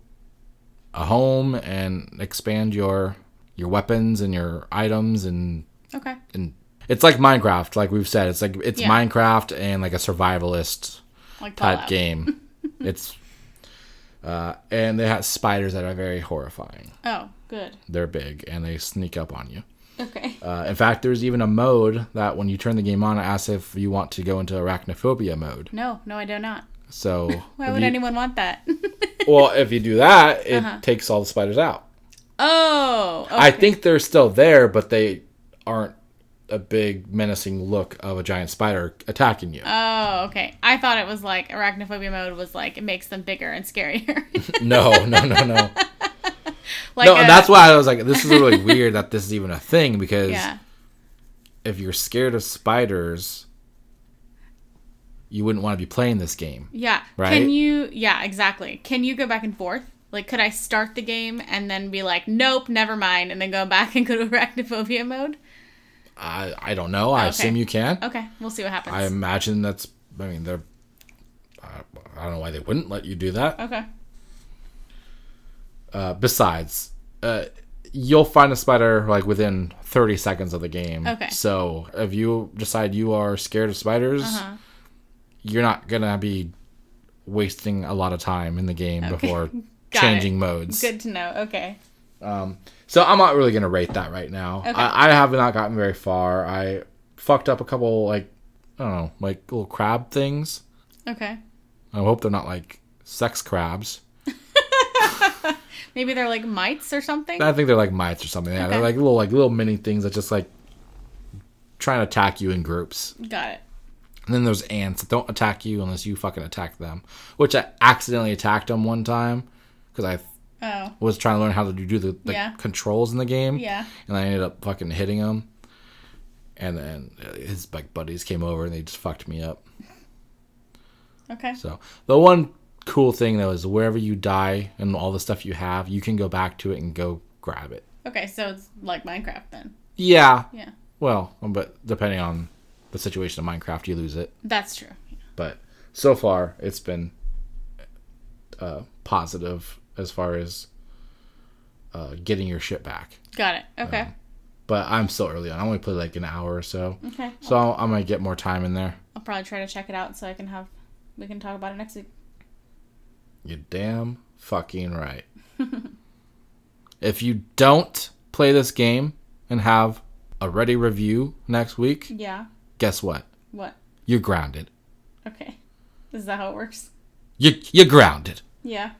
Speaker 1: a home and expand your your weapons and your items and
Speaker 2: Okay.
Speaker 1: and it's like Minecraft, like we've said. It's like it's
Speaker 2: Yeah.
Speaker 1: Minecraft and like a survivalist
Speaker 2: Like
Speaker 1: type
Speaker 2: Fallout.
Speaker 1: game. it's uh, and they have spiders that are very horrifying.
Speaker 2: Oh, good.
Speaker 1: They're big and they sneak up on you.
Speaker 2: Okay.
Speaker 1: Uh, in fact, there's even a mode that when you turn the game on, it asks if you want to go into arachnophobia mode.
Speaker 2: No, no, I do not.
Speaker 1: So
Speaker 2: Why
Speaker 1: if
Speaker 2: would
Speaker 1: you-
Speaker 2: anyone want that?
Speaker 1: Well, if you do that, it takes all the spiders out.
Speaker 2: oh. Okay.
Speaker 1: I think they're still there, but they aren't a big menacing look of a giant spider attacking you.
Speaker 2: Oh, okay. I thought it was like arachnophobia mode was like it makes them bigger and scarier.
Speaker 1: no, no, no, no.
Speaker 2: like uh,
Speaker 1: no,
Speaker 2: a-
Speaker 1: and that's why I was like, this is really weird that this is even a thing because
Speaker 2: yeah.
Speaker 1: if you're scared of spiders, you wouldn't want to be playing this game.
Speaker 2: Yeah.
Speaker 1: Right?
Speaker 2: Can you? Yeah, exactly. Can you go back and forth? Like, could I start the game and then be like, nope, never mind, and then go back and go to arachnophobia mode?
Speaker 1: I I don't know. I
Speaker 2: Okay.
Speaker 1: assume you can.
Speaker 2: Okay, we'll see what happens.
Speaker 1: I imagine that's. I mean, they're. I, I don't know why they wouldn't let you do that.
Speaker 2: Okay.
Speaker 1: Uh, besides, uh, you'll find a spider like within 30 seconds of the game.
Speaker 2: Okay.
Speaker 1: So if you decide you are scared of spiders,
Speaker 2: Uh-huh.
Speaker 1: you're not gonna be wasting a lot of time in the game before
Speaker 2: Got
Speaker 1: changing
Speaker 2: it.
Speaker 1: modes.
Speaker 2: Good to know. Okay.
Speaker 1: So I'm not really gonna rate that right now.
Speaker 2: Okay.
Speaker 1: I, I have not gotten very far. I fucked up a couple like I don't know, like little crab things.
Speaker 2: Okay.
Speaker 1: I hope they're not like sex crabs.
Speaker 2: Maybe they're like mites or something.
Speaker 1: I think they're like mites or something. Yeah, they're
Speaker 2: Okay.
Speaker 1: like little like little mini things that just like try and attack you in groups.
Speaker 2: Got it.
Speaker 1: And then there's ants that don't attack you unless you fucking attack them. Which I accidentally attacked them one time because I
Speaker 2: Oh.
Speaker 1: was trying to learn how to do the, the
Speaker 2: Yeah.
Speaker 1: controls in the game.
Speaker 2: Yeah.
Speaker 1: And I ended up fucking hitting him. And then uh, his like buddies came over and they just fucked me up.
Speaker 2: Okay.
Speaker 1: So the one cool thing though is wherever you die and all the stuff you have, you can go back to it and go grab it.
Speaker 2: Okay. So it's like Minecraft then.
Speaker 1: Yeah.
Speaker 2: Yeah.
Speaker 1: Well, but depending on the situation of Minecraft, you lose it.
Speaker 2: That's true.
Speaker 1: But so far, it's been uh, positive as far as uh, getting your shit back.
Speaker 2: Got it. Okay.
Speaker 1: But I'm still early on. I only played like an hour or so.
Speaker 2: okay.
Speaker 1: So I'm gonna get more time in there.
Speaker 2: I'll probably try to check it out so I can have we can talk about it next week.
Speaker 1: You're damn fucking right. if you don't play this game and have a ready review next week,
Speaker 2: Yeah.
Speaker 1: guess what?
Speaker 2: What?
Speaker 1: You're grounded.
Speaker 2: Okay. Is that how it works?
Speaker 1: You you're grounded.
Speaker 2: Yeah.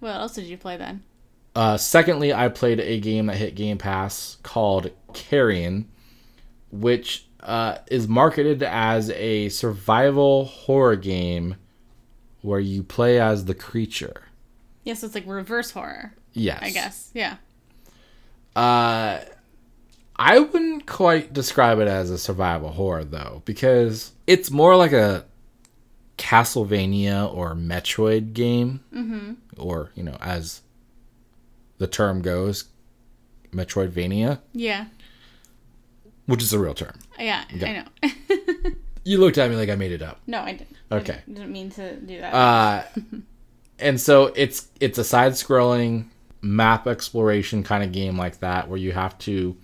Speaker 2: What else did you play then?
Speaker 1: Uh, secondly, I played a game that hit Game Pass called Carrion, which uh, is marketed as a survival horror game where you play as the creature.
Speaker 2: Yeah, so it's like reverse horror,
Speaker 1: Yes.
Speaker 2: I guess. Yeah.
Speaker 1: Uh, I wouldn't quite describe it as a survival horror, though, because it's more like a Castlevania or Metroid game. Mm-hmm. Or, you know, as the term goes, Metroidvania,
Speaker 2: Yeah.
Speaker 1: which is a real term.
Speaker 2: Yeah, I know.
Speaker 1: You looked at me like I made it up.
Speaker 2: no, I didn't.
Speaker 1: Okay.
Speaker 2: I didn't mean to do that.
Speaker 1: Uh, and so it's it's a side-scrolling map exploration kind of game like that, where you have to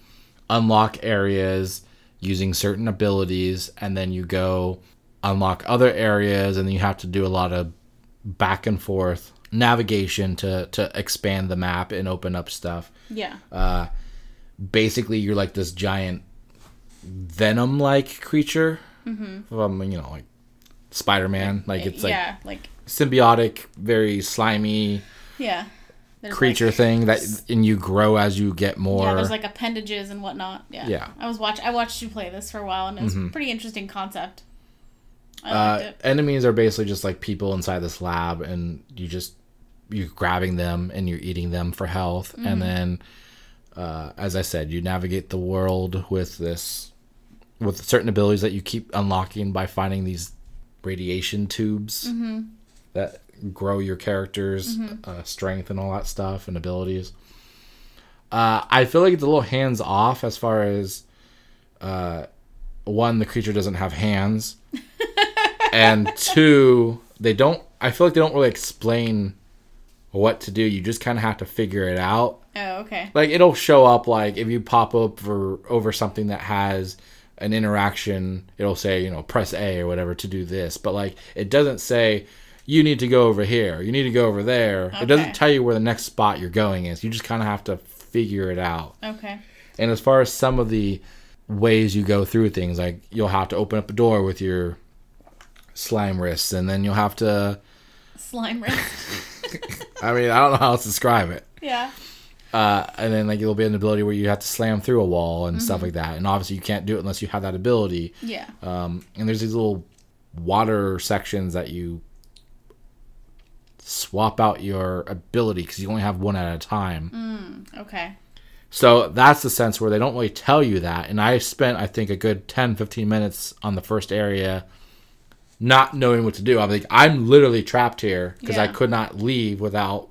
Speaker 1: unlock areas using certain abilities, and then you go unlock other areas, and you have to do a lot of back and forth navigation to to expand the map and open up stuff.
Speaker 2: yeah.
Speaker 1: Basically, you're like this giant venom-like creature from you know like Spider-Man, like it's like
Speaker 2: Eh, yeah, like
Speaker 1: symbiotic, very slimy
Speaker 2: yeah. There's like-
Speaker 1: creature thing that and you grow as you get more.
Speaker 2: yeah, there's like appendages and whatnot. Yeah.
Speaker 1: Yeah. Mm-hmm.
Speaker 2: I was watch I watched you play this for a while and it was a pretty interesting concept. I
Speaker 1: uh,
Speaker 2: liked it.
Speaker 1: enemies are basically just like people inside this lab and you just you're grabbing them and you're eating them for health and then uh, as I said, you navigate the world with this with certain abilities that you keep unlocking by finding these radiation tubes that grow your character's uh, strength and all that stuff and abilities. Uh, I feel like it's a little hands off as far as uh, one, the creature doesn't have hands, and two, they don't. I feel like they don't really explain what to do. You just kind of have to figure it out
Speaker 2: Oh, okay.
Speaker 1: like it'll show up like if you pop up for over something that has an interaction it'll say you know press a or whatever to do this but like it doesn't say you need to go over here you need to go over there it
Speaker 2: Okay.
Speaker 1: doesn't tell you where the next spot you're going is you just kind of have to figure it out
Speaker 2: Okay.
Speaker 1: and as far as some of the ways you go through things, like you'll have to open up a door with your slime wrists, and then you'll have to.
Speaker 2: Slime wrist.
Speaker 1: I mean, I don't know how else to describe it.
Speaker 2: yeah.
Speaker 1: Uh, and then like there'll be an ability where you have to slam through a wall and stuff like that. And obviously you can't do it unless you have that ability.
Speaker 2: Yeah.
Speaker 1: Um, and there's these little water sections that you swap out your ability because you only have one at a time.
Speaker 2: Okay.
Speaker 1: So that's the sense where they don't really tell you that. And I spent, I think, a good 10, 15 minutes on the first area not knowing what to do. I'm like, I'm literally trapped here because I
Speaker 2: Yeah.
Speaker 1: could not leave without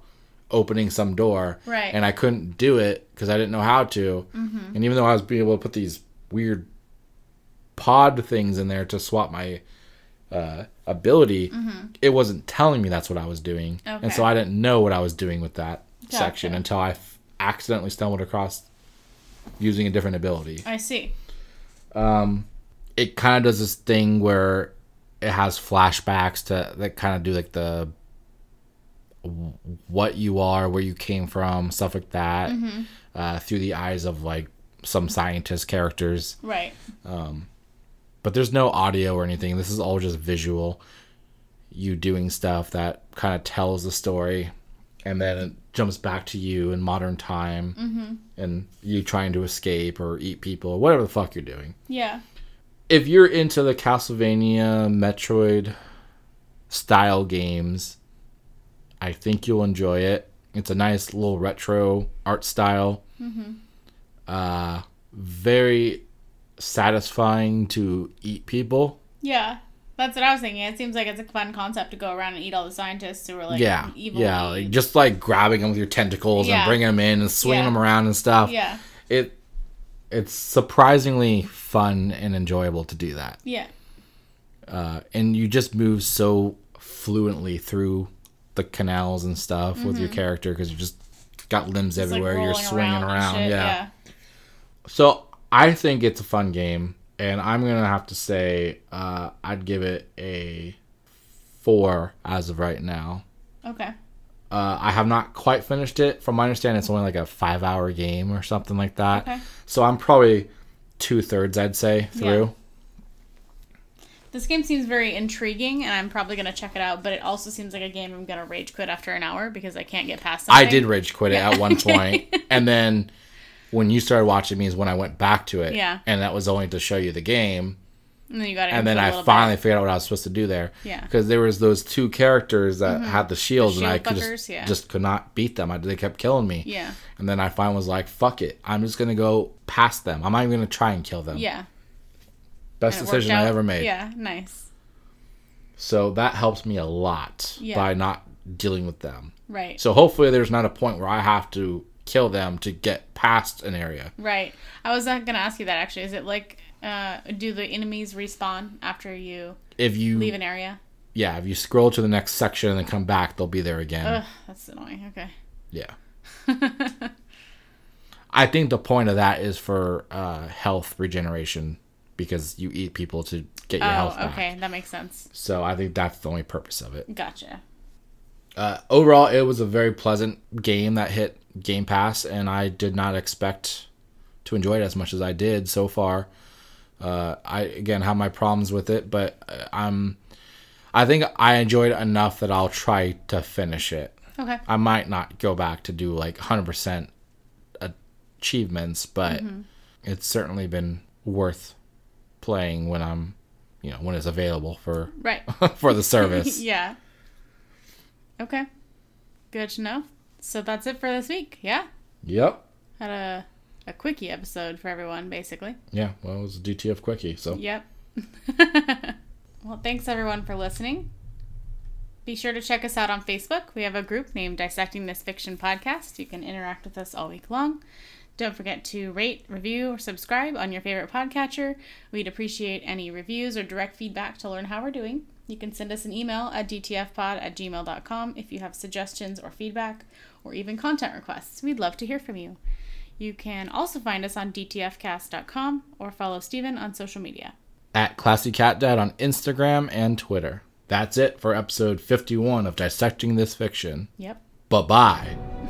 Speaker 1: opening some door.
Speaker 2: Right. Mm-hmm.
Speaker 1: And I couldn't do it because I didn't know how to. And even though I was being able to put these weird pod things in there to swap my uh, ability, it wasn't telling me that's what I was doing. And so
Speaker 2: Mm-hmm. Okay.
Speaker 1: I didn't know what I was doing with that section
Speaker 2: Gotcha.
Speaker 1: until I f- accidentally stumbled across using a different ability.
Speaker 2: I see.
Speaker 1: It kind of does this thing where it has flashbacks to that kind of do like the what you are, where you came from, stuff like that, uh, through the eyes of like some scientist characters.
Speaker 2: Right.
Speaker 1: But there's no audio or anything. This is all just visual. You doing stuff that kind of tells the story, and then it jumps back to you in modern time, and you trying to escape or eat people or whatever the fuck you're doing.
Speaker 2: Yeah.
Speaker 1: if you're into the Castlevania Metroid style games, I think you'll enjoy it. It's a nice little retro art style. Mm-hmm. Uh, very satisfying to eat people.
Speaker 2: Yeah. That's what I was thinking. It seems like it's a fun concept to go around and eat all the scientists who were like
Speaker 1: yeah,
Speaker 2: evil.
Speaker 1: yeah, like just like grabbing them with your tentacles
Speaker 2: Yeah.
Speaker 1: and bringing them in and swinging
Speaker 2: Yeah.
Speaker 1: them around and stuff.
Speaker 2: yeah.
Speaker 1: It it's surprisingly fun and enjoyable to do that.
Speaker 2: Yeah.
Speaker 1: and you just move so fluently through the canals and stuff with your character because you just got limbs
Speaker 2: It's, Mm-hmm. like,
Speaker 1: everywhere. You're
Speaker 2: rolling
Speaker 1: swinging around,
Speaker 2: and shit.
Speaker 1: yeah. So I think it's a fun game, and I'm gonna have to say uh, I'd give it a four as of right now.
Speaker 2: Yeah. Okay.
Speaker 1: Uh, I have not quite finished it. From my understanding, it's only like a five-hour game or something like that.
Speaker 2: Okay.
Speaker 1: So I'm probably two thirds, I'd say, through.
Speaker 2: This game seems very intriguing, and I'm probably gonna check it out. But it also seems like a game I'm gonna rage quit after an hour because I can't get past.
Speaker 1: I
Speaker 2: Something.
Speaker 1: did rage quit it at one point, and then when you started watching me is when I went back to it.
Speaker 2: Yeah.
Speaker 1: And that was only to show you the game,
Speaker 2: And then you got.
Speaker 1: and then I finally figured out what I was supposed to do there.
Speaker 2: Yeah. Mm-hmm.
Speaker 1: Because there was those two characters that had the shields, and I
Speaker 2: shield
Speaker 1: could
Speaker 2: fuckers,
Speaker 1: just,
Speaker 2: yeah.
Speaker 1: just could not beat them. I, they kept killing me.
Speaker 2: Yeah.
Speaker 1: And then I finally was like, "Fuck it! I'm just gonna go past them. I'm not even gonna try and kill them."
Speaker 2: Yeah.
Speaker 1: Best
Speaker 2: And it worked
Speaker 1: decision I
Speaker 2: out.
Speaker 1: ever made.
Speaker 2: Yeah. Nice.
Speaker 1: So that helps me a lot
Speaker 2: Yeah.
Speaker 1: by not dealing with them.
Speaker 2: Right.
Speaker 1: So hopefully there's not a point where I have to kill them to get past an area.
Speaker 2: Right. I was uh, gonna ask you that actually. Is it like, uh, do the enemies respawn after you
Speaker 1: if you
Speaker 2: leave an area?
Speaker 1: yeah if you scroll to the next section and then come back they'll be there again
Speaker 2: Ugh, that's annoying. Okay.
Speaker 1: yeah i think the point of that is for uh, health regeneration because you eat people to get your health
Speaker 2: Oh,
Speaker 1: back
Speaker 2: okay. That makes sense.
Speaker 1: so i think that's the only purpose of it
Speaker 2: Gotcha.
Speaker 1: uh, overall it was a very pleasant game that hit game pass and i did not expect to enjoy it as much as i did so far uh, i again have my problems with it but uh, i'm i think i enjoyed it enough that i'll try to finish it
Speaker 2: Okay.
Speaker 1: I might not go back to do like 100% achievements, but it's certainly been worth playing when I'm, you know, when it's available for
Speaker 2: Right.
Speaker 1: for the service.
Speaker 2: yeah. Okay. Good to know. So that's it for this week. Yeah.
Speaker 1: Yep.
Speaker 2: Had a a quickie episode for everyone, basically.
Speaker 1: Yeah, well, it was a DTF quickie, so
Speaker 2: Yep. well, thanks everyone for listening. Be sure to check us out on Facebook. We have a group named Dissecting This Fiction Podcast. You can interact with us all week long. Don't forget to rate, review, or subscribe on your favorite podcatcher. We'd appreciate any reviews or direct feedback to learn how we're doing. You can send us an email at dtfpod at gmail.com if you have suggestions or feedback or even content requests. We'd love to hear from you. You can also find us on dtfcast.com or follow Steven on social media.
Speaker 1: at Classy Cat Dad on Instagram and Twitter. That's it for episode 51 of Dissecting This Fiction.
Speaker 2: Yep.
Speaker 1: Bye-bye.